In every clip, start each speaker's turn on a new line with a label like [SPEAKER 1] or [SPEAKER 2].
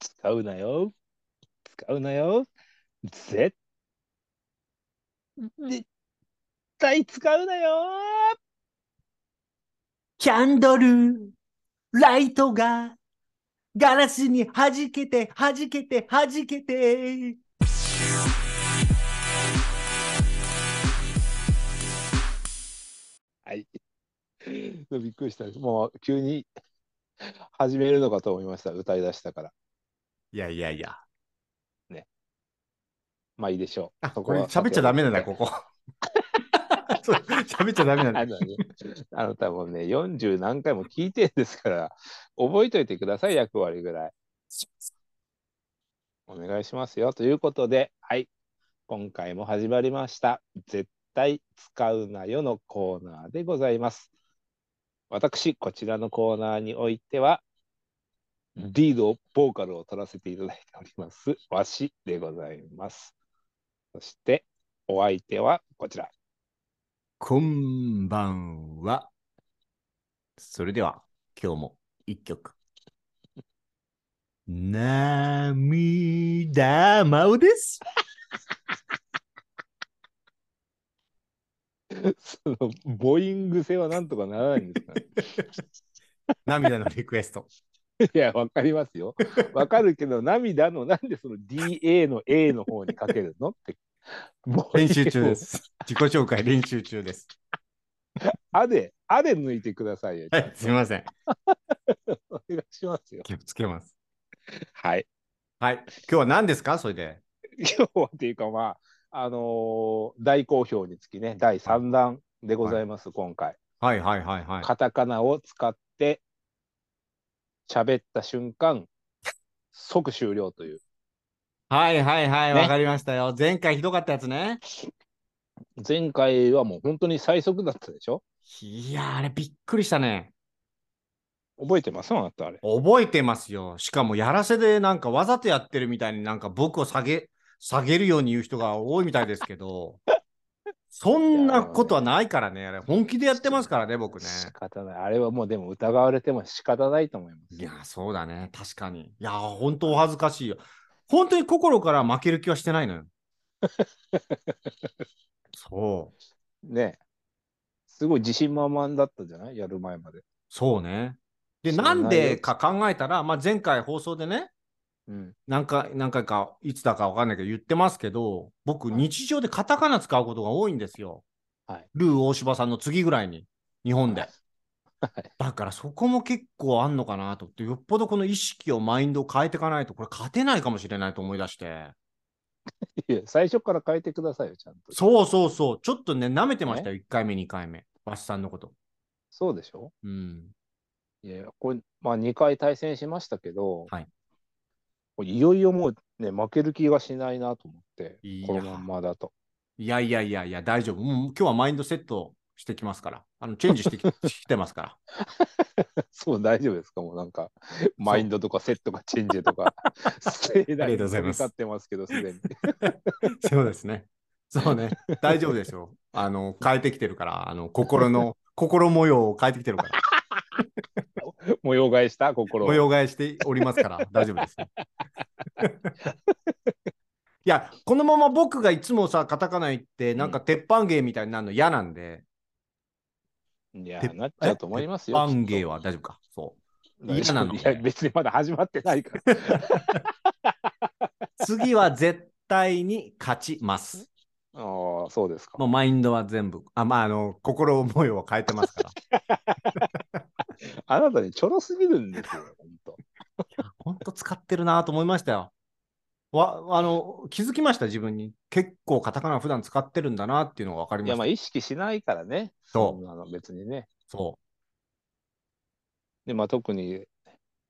[SPEAKER 1] 使うなよ。使うなよ。絶絶対使うなよ。
[SPEAKER 2] キャンドル、ライトが、ガラスに弾けて、弾けて、弾けて。
[SPEAKER 1] はい。びっくりした。もう急に始めるのかと思いました。歌い出したから。
[SPEAKER 2] いやいやいや。
[SPEAKER 1] まあいいでしょう。
[SPEAKER 2] あ、
[SPEAKER 1] そ
[SPEAKER 2] これ
[SPEAKER 1] は
[SPEAKER 2] 喋っちゃダメなんだ、ここ。 そう喋っちゃダメなん だ
[SPEAKER 1] あ。のね、あなたもね、40何回も聞いてんですから、覚えといてください、役割ぐらい。お願いしますよ。ということで、はい、今回も始まりました。絶対使うなよのコーナーでございます。私、こちらのコーナーにおいては、リード、ボーカルを取らせていただいております、わしでございます。そして、お相手はこちら。
[SPEAKER 2] こんばんは。それでは、今日も一曲。涙まおです。
[SPEAKER 1] その母音癖はなんとかならないんですかね。
[SPEAKER 2] 涙のリクエスト。
[SPEAKER 1] いや、わかりますよ。わかるけど、涙の、なんでその DA の A の方にかけるのって。。
[SPEAKER 2] 練習中ですす。自己紹介練習中です。
[SPEAKER 1] あで、あで抜いてくださいよ。
[SPEAKER 2] はい、すみません。
[SPEAKER 1] お願いしますよ。
[SPEAKER 2] 気をつけます。
[SPEAKER 1] はい。
[SPEAKER 2] はい。今日は何ですかそれで。
[SPEAKER 1] 今日はっていうか、まあ、あのー大好評につきね、第3弾でございます、今回。
[SPEAKER 2] はいはいはいはい。
[SPEAKER 1] カタカナを使って、喋った瞬間、即終了という。
[SPEAKER 2] はいはいはい。
[SPEAKER 1] ね
[SPEAKER 2] わ、かりましたよ。前回ひどかったやつね。
[SPEAKER 1] 前回はもう本当に最速だったでしょ
[SPEAKER 2] いやー、あれびっくりしたね。
[SPEAKER 1] 覚えてますあなたあれ。
[SPEAKER 2] 覚えてますよ。しかもやらせでなんかわざとやってるみたいになんか僕を下げ、下げるように言う人が多いみたいですけ ど、そんなことはないからね。あれ本気でやってますからね、僕ね。
[SPEAKER 1] 仕方ない。あれはもうでも疑われても仕方ないと思います。
[SPEAKER 2] いや、そうだね。確かに。いや、本当お恥ずかしいよ。本当に心から負ける気はしてないのよ。 そう。
[SPEAKER 1] ねえすごい自信満々だったじゃないやる前まで。
[SPEAKER 2] そうね。で、
[SPEAKER 1] そん
[SPEAKER 2] な
[SPEAKER 1] なん
[SPEAKER 2] でか考えたら、まあ、前回放送でね、
[SPEAKER 1] うん。
[SPEAKER 2] 何回何回か、いつだか分かんないけど言ってますけど、僕、日常でカタカナ使うことが多いんですよ。
[SPEAKER 1] はい
[SPEAKER 2] ルー大柴さんの次ぐらいに、日本で。
[SPEAKER 1] はい
[SPEAKER 2] だからそこも結構あんのかなと思って、よっぽどこの意識を、マインドを変えていかないと、これ勝てないかもしれないと思い出して。
[SPEAKER 1] いや最初から変えてくださいよ、ちゃんと。
[SPEAKER 2] そうそうそう。ちょっとね、舐めてましたよ。1回目、2回目。バスさんのこと。
[SPEAKER 1] そうでしょ
[SPEAKER 2] うん。
[SPEAKER 1] いや、これ、まあ2回対戦しましたけど、
[SPEAKER 2] はい
[SPEAKER 1] これいよいよもうね、負ける気がしないなと思って
[SPEAKER 2] い、や
[SPEAKER 1] このまんまだと。
[SPEAKER 2] いやいやいやいや、大丈夫。もう今日はマインドセットしてきますから。あの、チェンジしてききてますから。
[SPEAKER 1] そう、大丈夫ですかもうなんか、マインドとかセットとかチェンジと か、盛大に
[SPEAKER 2] ありがとうございます
[SPEAKER 1] 飛び交ってますけど、すでに。
[SPEAKER 2] そうですね。そうね。大丈夫ですよ。あの、変えてきてるから、あの、心 の、心模様を変えてきてるから、
[SPEAKER 1] 模様替えした心を
[SPEAKER 2] 模様替えしておりますから、大丈夫 です、ね。いや、このまま僕がいつもさ、カタカナ言って、なんか鉄板芸みたいになるの嫌なんで、
[SPEAKER 1] いや
[SPEAKER 2] て、
[SPEAKER 1] なっちゃうと思いますよ。
[SPEAKER 2] 鉄板芸
[SPEAKER 1] は。
[SPEAKER 2] は大丈夫か。そう。
[SPEAKER 1] 大丈夫
[SPEAKER 2] 嫌なの
[SPEAKER 1] いや、別にまだ始まってない から。
[SPEAKER 2] 次は絶対に勝ちます。
[SPEAKER 1] ああ、そうですか。
[SPEAKER 2] もうマインドは全部、あ、まあ、あの、心模様を変えてま すから。
[SPEAKER 1] あなたね、ちょろすぎるん ですよ、本当。
[SPEAKER 2] 本当使ってるなと思いましたよ。わ、あの、気づきました、自分に。結構カタカナ普段使ってるんだなっていうのが分かり
[SPEAKER 1] い
[SPEAKER 2] ま
[SPEAKER 1] や、
[SPEAKER 2] した。
[SPEAKER 1] まあ、意識しないからね。
[SPEAKER 2] そうん
[SPEAKER 1] なの、別にね。
[SPEAKER 2] そ
[SPEAKER 1] で、まあ、特に、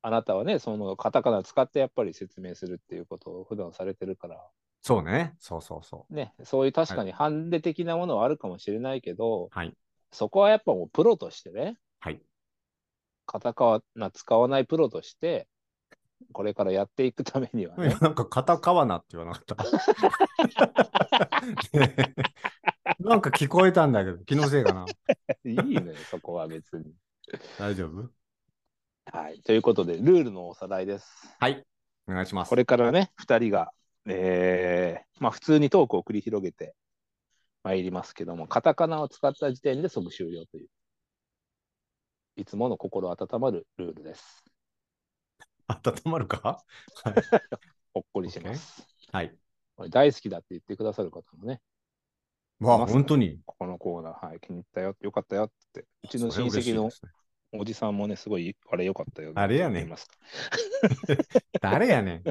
[SPEAKER 1] あなたはね、そのカタカナ使ってやっぱり説明するっていうことを普段されてるから、
[SPEAKER 2] う。そうね。そうそうそ
[SPEAKER 1] ね、そういう確かにハンデ的なものはあるかもしれないけど、
[SPEAKER 2] はい
[SPEAKER 1] そこはやっぱもうプロとしてね、
[SPEAKER 2] はい
[SPEAKER 1] カタカナ使わないプロとして、これからやっていくためには
[SPEAKER 2] う。
[SPEAKER 1] ね、
[SPEAKER 2] なんか、カタカワナって言わなか った。ねなんか聞こえたんだけど、気のせいかな。
[SPEAKER 1] いいのよ、そこは別に。
[SPEAKER 2] 大丈夫
[SPEAKER 1] はい。ということで、ルールのおさらいです。
[SPEAKER 2] はい。お願いします。
[SPEAKER 1] これからね、2人が、えーまあ、普通にトークを繰り広げてまいりますけども、カタカナを使った時点で即終了という、いつもの心温まるルールです。
[SPEAKER 2] 温まるか
[SPEAKER 1] ほっこりします。
[SPEAKER 2] はい。
[SPEAKER 1] これ大好きだって言ってくださる方もね、
[SPEAKER 2] わあ、
[SPEAKER 1] まさか
[SPEAKER 2] 本当に。
[SPEAKER 1] ここのコーナー、はい、気に入ったよ、よかったよって、うちの
[SPEAKER 2] それ
[SPEAKER 1] 親
[SPEAKER 2] 嬉しい
[SPEAKER 1] 戚の
[SPEAKER 2] ですね
[SPEAKER 1] おじさんもね、すごい、あれよかったよ。
[SPEAKER 2] あれやねん
[SPEAKER 1] 言います
[SPEAKER 2] 誰やねん。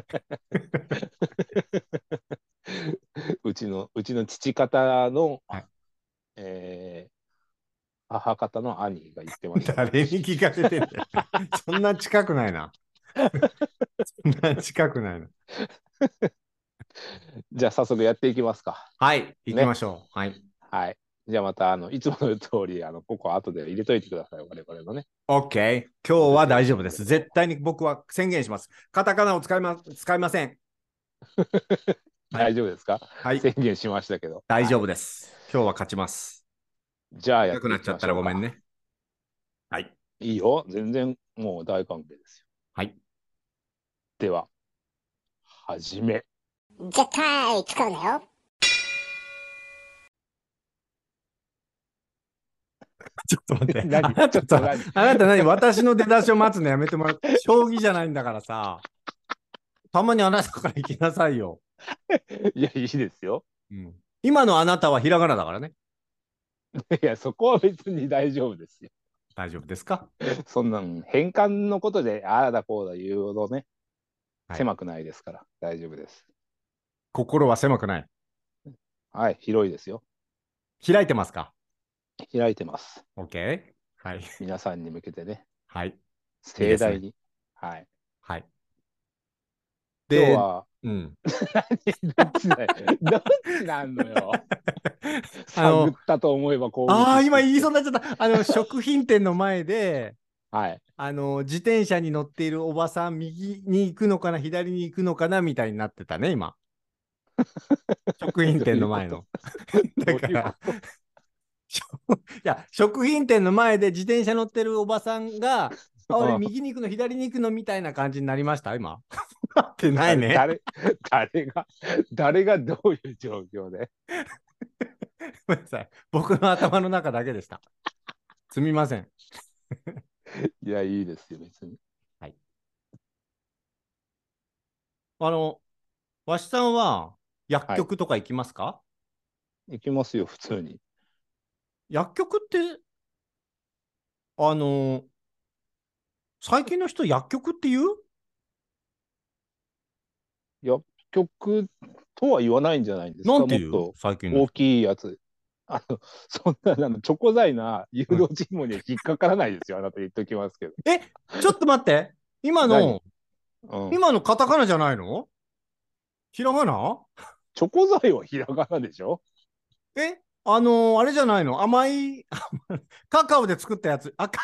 [SPEAKER 1] うちの、うちの父方の、
[SPEAKER 2] はい
[SPEAKER 1] えー母方の兄が言ってました。
[SPEAKER 2] 誰に聞かせてんだよ。そんな近くないな。そんな近くないな。
[SPEAKER 1] じゃあ、早速やっていきますか。
[SPEAKER 2] はい、行きましょう。はい。
[SPEAKER 1] はい。じゃあ、また、あの、いつもの通り、あの、ここ後で入れといてください。我々のね。
[SPEAKER 2] OK。今日は大丈夫です。絶対に僕は宣言します。カタカナを使いま使いません。はい
[SPEAKER 1] 大丈夫ですか、
[SPEAKER 2] はい。
[SPEAKER 1] 宣言しましたけど。
[SPEAKER 2] 大
[SPEAKER 1] 夫。
[SPEAKER 2] 丈夫です。今日は勝ちます。
[SPEAKER 1] じゃあや
[SPEAKER 2] 痛
[SPEAKER 1] て
[SPEAKER 2] く
[SPEAKER 1] いきま
[SPEAKER 2] なっ
[SPEAKER 1] し
[SPEAKER 2] ち
[SPEAKER 1] ょうか
[SPEAKER 2] ゃったらごめん。ね。はい。
[SPEAKER 1] いいよ。全然、もう大歓迎ですよ。
[SPEAKER 2] はい。
[SPEAKER 1] では、はじめ。
[SPEAKER 3] 絶対使うなよ
[SPEAKER 2] ちょっと 待って。あ
[SPEAKER 1] 何
[SPEAKER 2] な
[SPEAKER 1] ち
[SPEAKER 2] た
[SPEAKER 1] ょっと
[SPEAKER 2] と、
[SPEAKER 1] 何
[SPEAKER 2] あなた何私の出だしを待つのやめてもらって、将棋じゃないんだからさ。たまにあなたから行きなさいよ。
[SPEAKER 1] いや、いいですよ。
[SPEAKER 2] うん、今のあなたはひらがなだからね。
[SPEAKER 1] いや、そこは別に大丈夫ですよ。
[SPEAKER 2] 大丈夫ですか
[SPEAKER 1] そんなん変換のことでああだこうだ言うほどね、
[SPEAKER 2] はい
[SPEAKER 1] 狭くないですから大丈夫です。
[SPEAKER 2] 心は狭くない。
[SPEAKER 1] はい、広いですよ。
[SPEAKER 2] 開いてますか
[SPEAKER 1] 開いてます。
[SPEAKER 2] ?OK? はい。
[SPEAKER 1] 皆さんに向けてね、
[SPEAKER 2] はい。
[SPEAKER 1] 盛大に。はい。
[SPEAKER 2] はい。
[SPEAKER 1] 今日
[SPEAKER 2] で、
[SPEAKER 1] は、
[SPEAKER 2] うん。
[SPEAKER 1] どっちだよ。どっちなんのよ。
[SPEAKER 2] あの
[SPEAKER 1] 探ったと思えばこう。
[SPEAKER 2] ああ、今言いそうになっちゃった。あの、 食品店の前で、
[SPEAKER 1] はい。
[SPEAKER 2] あの、自転車に乗っているおばさん、右に行くのかな、左に行くのかな、みたいになってた ね、今。食品店の前の。 だから、しょいや、食品店の前で自転車乗ってるおばさんが、あ、
[SPEAKER 1] う
[SPEAKER 2] 俺
[SPEAKER 1] ん
[SPEAKER 2] 右に行くの、左に行くの、みたいな感じになりました、今。なって ないね。
[SPEAKER 1] 誰、誰が、誰がどういう状況で。
[SPEAKER 2] ごめんなさい。僕の頭の中だけでした。すみません。
[SPEAKER 1] いや、いいですよ、別に。
[SPEAKER 2] あの、わしさんは薬局とか行きますか、
[SPEAKER 1] 行きますよ、普通に。
[SPEAKER 2] 薬局って、あの、最近の人薬局って言う
[SPEAKER 1] 曲とは言わないんじゃないですか。
[SPEAKER 2] なんて言
[SPEAKER 1] もっと
[SPEAKER 2] う最近の
[SPEAKER 1] 大きいやつ。あの、そんな、あの、チョコザイな誘導尋問には引っかからないですよ。あなた言っときますけど。
[SPEAKER 2] 人ちょっと待って。今の
[SPEAKER 1] 何、うん、
[SPEAKER 2] 今のカタカナじゃないのひらがな
[SPEAKER 1] チョコザイはひらがなでしょ
[SPEAKER 2] えあのあれじゃないの甘い、カカオで作ったやつ。あ、カ